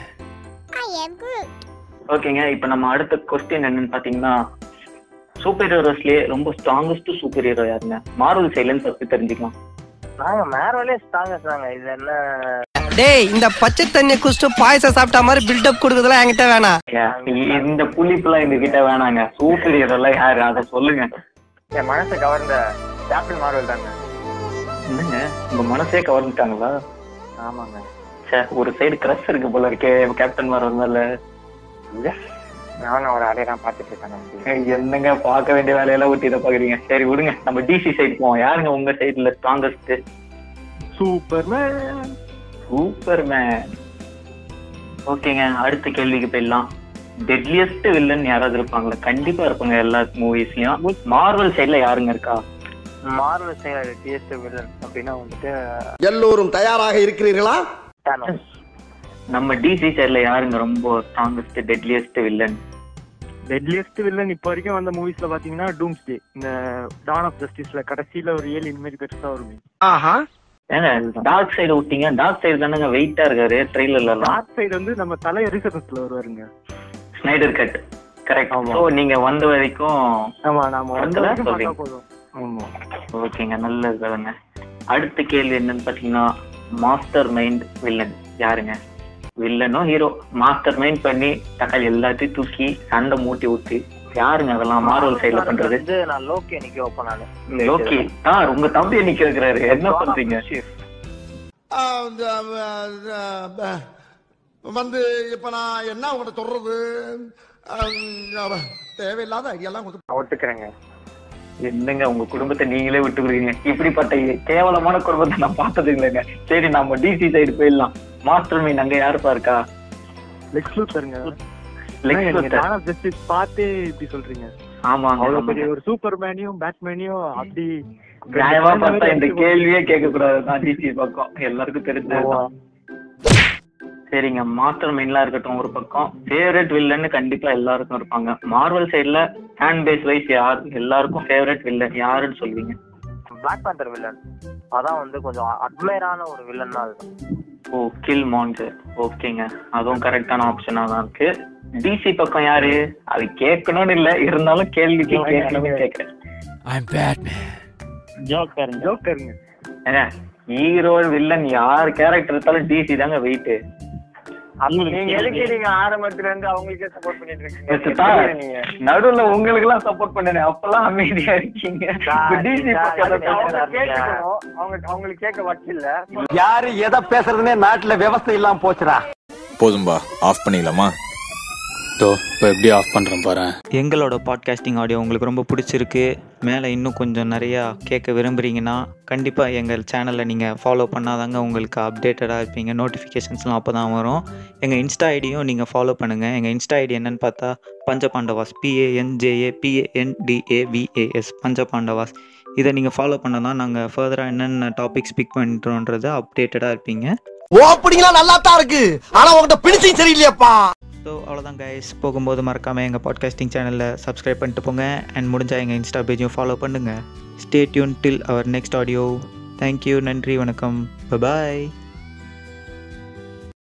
Speaker 4: ஓகேங்க இப்போ நம்ம அடுத்த கொஸ்டின் என்னன்னு பாத்தீங்கன்னா சூப்பர் ஹீரோஸ்லயே ரொம்ப ஸ்ட்ராங்கஸ்ட் சூப்பர் ஹீரோ யாருங்க மார்வல் சைடுலன்னு ஃபர்ஸ்ட் தெரிஞ்சுக்கலாம்
Speaker 6: நாங்க மேரவலே ஸ்ட்ராங்க தாங்க இது என்ன
Speaker 14: டேய் இந்த பச்சை தண்ணி குடிச்சிட்டு பாயசம் சாப்பிட்ட மாதிரி பில்டப் கொடுக்கறதுலாம் என்கிட்ட வேணாம்
Speaker 4: Yeah, இ- இந்த புளிப்புலாம் எங்க கிட்ட வேணாங்க சூப்பர் ஹீரோலாம் யாரு அதை சொல்லுங்க
Speaker 6: என் மனசை கவர்ந்த கேப்டன் மார்வல் தாங்க
Speaker 4: என்னங்க உங்க மனசே கவர்ந்துட்டாங்களா
Speaker 6: ஆமாங்க
Speaker 4: சே ஒரு சைடு கிரஷ் இருக்கு போல இருக்கே கேப்டன் மார்வல்னால
Speaker 6: நானும் அவரை அடையெல்லாம் பார்த்துட்டு இருக்கேன்
Speaker 4: என்னங்க பார்க்க வேண்டிய வேலையெல்லாம் ஊட்டி இதை பாக்குறீங்க சரி விடுங்க நம்ம டிசி சைடு போவோம் யாருங்க உங்க சைடுல ஸ்ட்ராங்கஸ்ட்
Speaker 25: சூப்பர்மேன்
Speaker 4: சூப்பர்மேன் ஓகேங்க அடுத்த கேள்விக்கு போயிடலாம் டெட்லியஸ்ட் வில்லன் யாராவது இருப்பாங்களா கண்டிப்பா இருப்பாங்க எல்லா மூவிஸ்லயும் மார்வல் சைடுல யாருங்க இருக்கா
Speaker 6: மார்வல் செயலாளர் டிஎஸ்டி வில்லன் அப்படின்னா வந்துட்டு
Speaker 9: எல்லோரும் தயாராக இருக்கிறீர்களா
Speaker 6: Thanos.
Speaker 4: நம்ம டிசி சைடுல யாருங்க ரொம்ப strongest deadliest villain
Speaker 25: deadliest villain இப்போ வரைக்கும் வந்த மூவிஸ்ல பாத்தீங்கன்னா டூம்ஸ்டே இந்த டான் ஆஃப் ஜஸ்டிஸ்ல கடைசியில ஒரு ஏழு இனிமேல் பெருசா வருமே
Speaker 4: ஆஹா ஏங்க டார்க் சைடு விட்டீங்க டார்க் சைடு தானங்க வெயிட்டா இருக்காரு ட்ரெய்லர்ல எல்லாம்
Speaker 25: டார்க் சைடு வந்து நம்ம தலை எரிசத்துல வருவாருங்க
Speaker 4: ஸ்னைடர் கட் கரெக்ட்
Speaker 25: ஆமா.
Speaker 4: ஸோ நீங்க வந்த வரைக்கும்
Speaker 25: ஆமா நாம வந்த
Speaker 4: படத்துல
Speaker 25: வரைக்கும்
Speaker 4: சொல்றீங்க.
Speaker 25: பார்த்தா போதும் ஆமா
Speaker 4: ஓகேங்க நல்லது தாங்க அடுத்த கேள்வி என்னன்னு பாத்தீங்கன்னா மாஸ்டர் மைண்ட் வில்லன் யாருங்க வில்லனோ ஹீரோ மாஸ்டர் மைண்ட் பண்ணி தக்காளி எல்லாத்தையும் தூக்கி சண்டை மூட்டி விட்டு யாருங்க அதெல்லாம் மார்வல் சைடுல பண்றது
Speaker 6: வந்து நான் லோக்கி நிக்க வைப்பேன் நானு
Speaker 4: லோக்கி ஆ உங்க தம்பியை நிக்க வைக்கிறாரு என்ன பண்றீங்க
Speaker 1: வந்து இப்ப நான் என்ன உங்கள்ட்ட சொல்றது அஹ், தேவையில்லாத ஐடியாலாம் கொடுத்து
Speaker 6: ஒத்துக்கிறேங்க
Speaker 4: என்னங்க உங்க குடும்பத்தை நீங்களே விட்டு கொடுக்குறீங்க இப்படிப்பட்ட கேவலமான குடும்பத்தை நான் பார்த்தது இல்லைங்க சரி நம்ம டிசி சைடு போயிடலாம் மாஸ்டர் மைண்ட் அங்க யாருப்பா இருக்கா
Speaker 25: லெக்ஸ் லூத்தருங்க
Speaker 4: Lex Luthor.
Speaker 25: Dawn of Justice பார்த்து இப்படி சொல்றீங்க
Speaker 4: ஆமாங்க
Speaker 25: அவ்வளவு
Speaker 4: ஆமாங்க.
Speaker 25: பெரிய ஒரு சூப்பர்மேனையும் பேட்மேனையும் அப்படி
Speaker 4: நியாயமா பார்த்தா இந்த கேள்வியே கேட்க கூடாது தான் டிசி பக்கம் எல்லாருக்கும் தெரிஞ்சதுதான் சரிங்க மாஸ்டர் மைண்ட்லாம் இருக்கட்டும் ஒரு பக்கம் ஃபேவரட் வில்லன்னு கண்டிப்பா எல்லாருக்கும் இருப்பாங்க மார்வல் சைடுல ஃபேன் பேஸ் வைஸ் யார் எல்லாருக்கும் ஃபேவரட் வில்லன் யாருன்னு சொல்லுவீங்க
Speaker 6: பிளாக் பேந்தர் வில்லன் அதான் வந்து கொஞ்சம் அட்மையரான ஒரு வில்லன் தான் அது
Speaker 4: ஓ கில் மான்சர் ஓகேங்க அதுவும் கரெக்டான ஆப்ஷனா தான் இருக்கு டிசி பக்கம் யாரு அது கேட்கணும்னு இல்ல இருந்தாலும் கேள்விக்கு கேட்கணும்னு கேட்கறேன்
Speaker 25: ஐம் பேட்மேன்
Speaker 4: ஜோக்கருங்க
Speaker 25: ஜோக்கருங்க
Speaker 4: ஏங்க ஹீரோ வில்லன் யார் கேரக்டர் எடுத்தாலும் டிசி தாங்க வெயிட்
Speaker 6: நீங்க எதுக்கு நீங்க ஆரம்பத்துல இருந்து அவங்களுக்கே சப்போர்ட் பண்ணிட்டு இருக்கீங்க
Speaker 4: சார்,
Speaker 6: நீங்க
Speaker 4: நடுவுல உங்களுக்கு எல்லாம் சப்போர்ட் பண்ணனே அப்பெல்லாம் அமைதியா இருக்கீங்க இப்ப DC பக்கம்
Speaker 6: அவங்க
Speaker 4: support பண்ணாதீங்க.
Speaker 6: கேட்கணும். அவங்க- அவங்களுக்கு கேட்க வக்கில்ல
Speaker 26: யாரு எதை பேசுறதுனே நாட்டுல விவசாயம் இல்லாம போச்சுடா
Speaker 27: போதும்பா ஆஃப் பண்ணிடலாமா
Speaker 3: தோ இப்போ எப்படி ஆஃப் பண்ணுறேன் பாரு எங்களோட பாட்காஸ்டிங் ஆடியோ உங்களுக்கு ரொம்ப பிடிச்சிருக்கு மேலே இன்னும் கொஞ்சம் நிறையா கேட்க விரும்புகிறீங்கன்னா கண்டிப்பாக எங்கள் சேனலை நீங்கள் ஃபாலோ பண்ணாதாங்க உங்களுக்கு அப்டேட்டடாக இருப்பீங்க நோட்டிஃபிகேஷன்ஸ்லாம் அப்போ தான் வரும் எங்கள் இன்ஸ்டா ஐடியும் நீங்கள் ஃபாலோ பண்ணுங்கள் எங்கள் இன்ஸ்டா ஐடி என்னன்னு பார்த்தா பஞ்சபாண்டவாஸ் பிஏஎன்ஜேஏ பிஏஎன்டிஏவிஏஎஸ் பஞ்சபாண்டவாஸ் இதை நீங்கள் ஃபாலோ பண்ணால் தான் நாங்கள் ஃபர்தராக என்னென்ன டாபிக்ஸ் பிக் பண்ணுறோன்றது அப்டேட்டடாக இருப்பீங்க
Speaker 9: ஓ அப்படிங்களா நல்லா தான் இருக்கு ஆனா உங்ககிட்ட பிடிச்சும் சரியில்லையாப்பா
Speaker 3: ஸோ அவ்வளோதான் கைஸ் போகும்போது மறக்காமல் எங்கள் பாட்காஸ்டிங் சேனலில் சப்ஸ்கிரைப் பண்ணிட்டு போங்க அண்ட் முடிஞ்சால் எங்கள் இன்ஸ்டா பேஜையும் ஃபாலோ பண்ணுங்கள் stay tune till our next audio thank you நன்றி வணக்கம் பாய்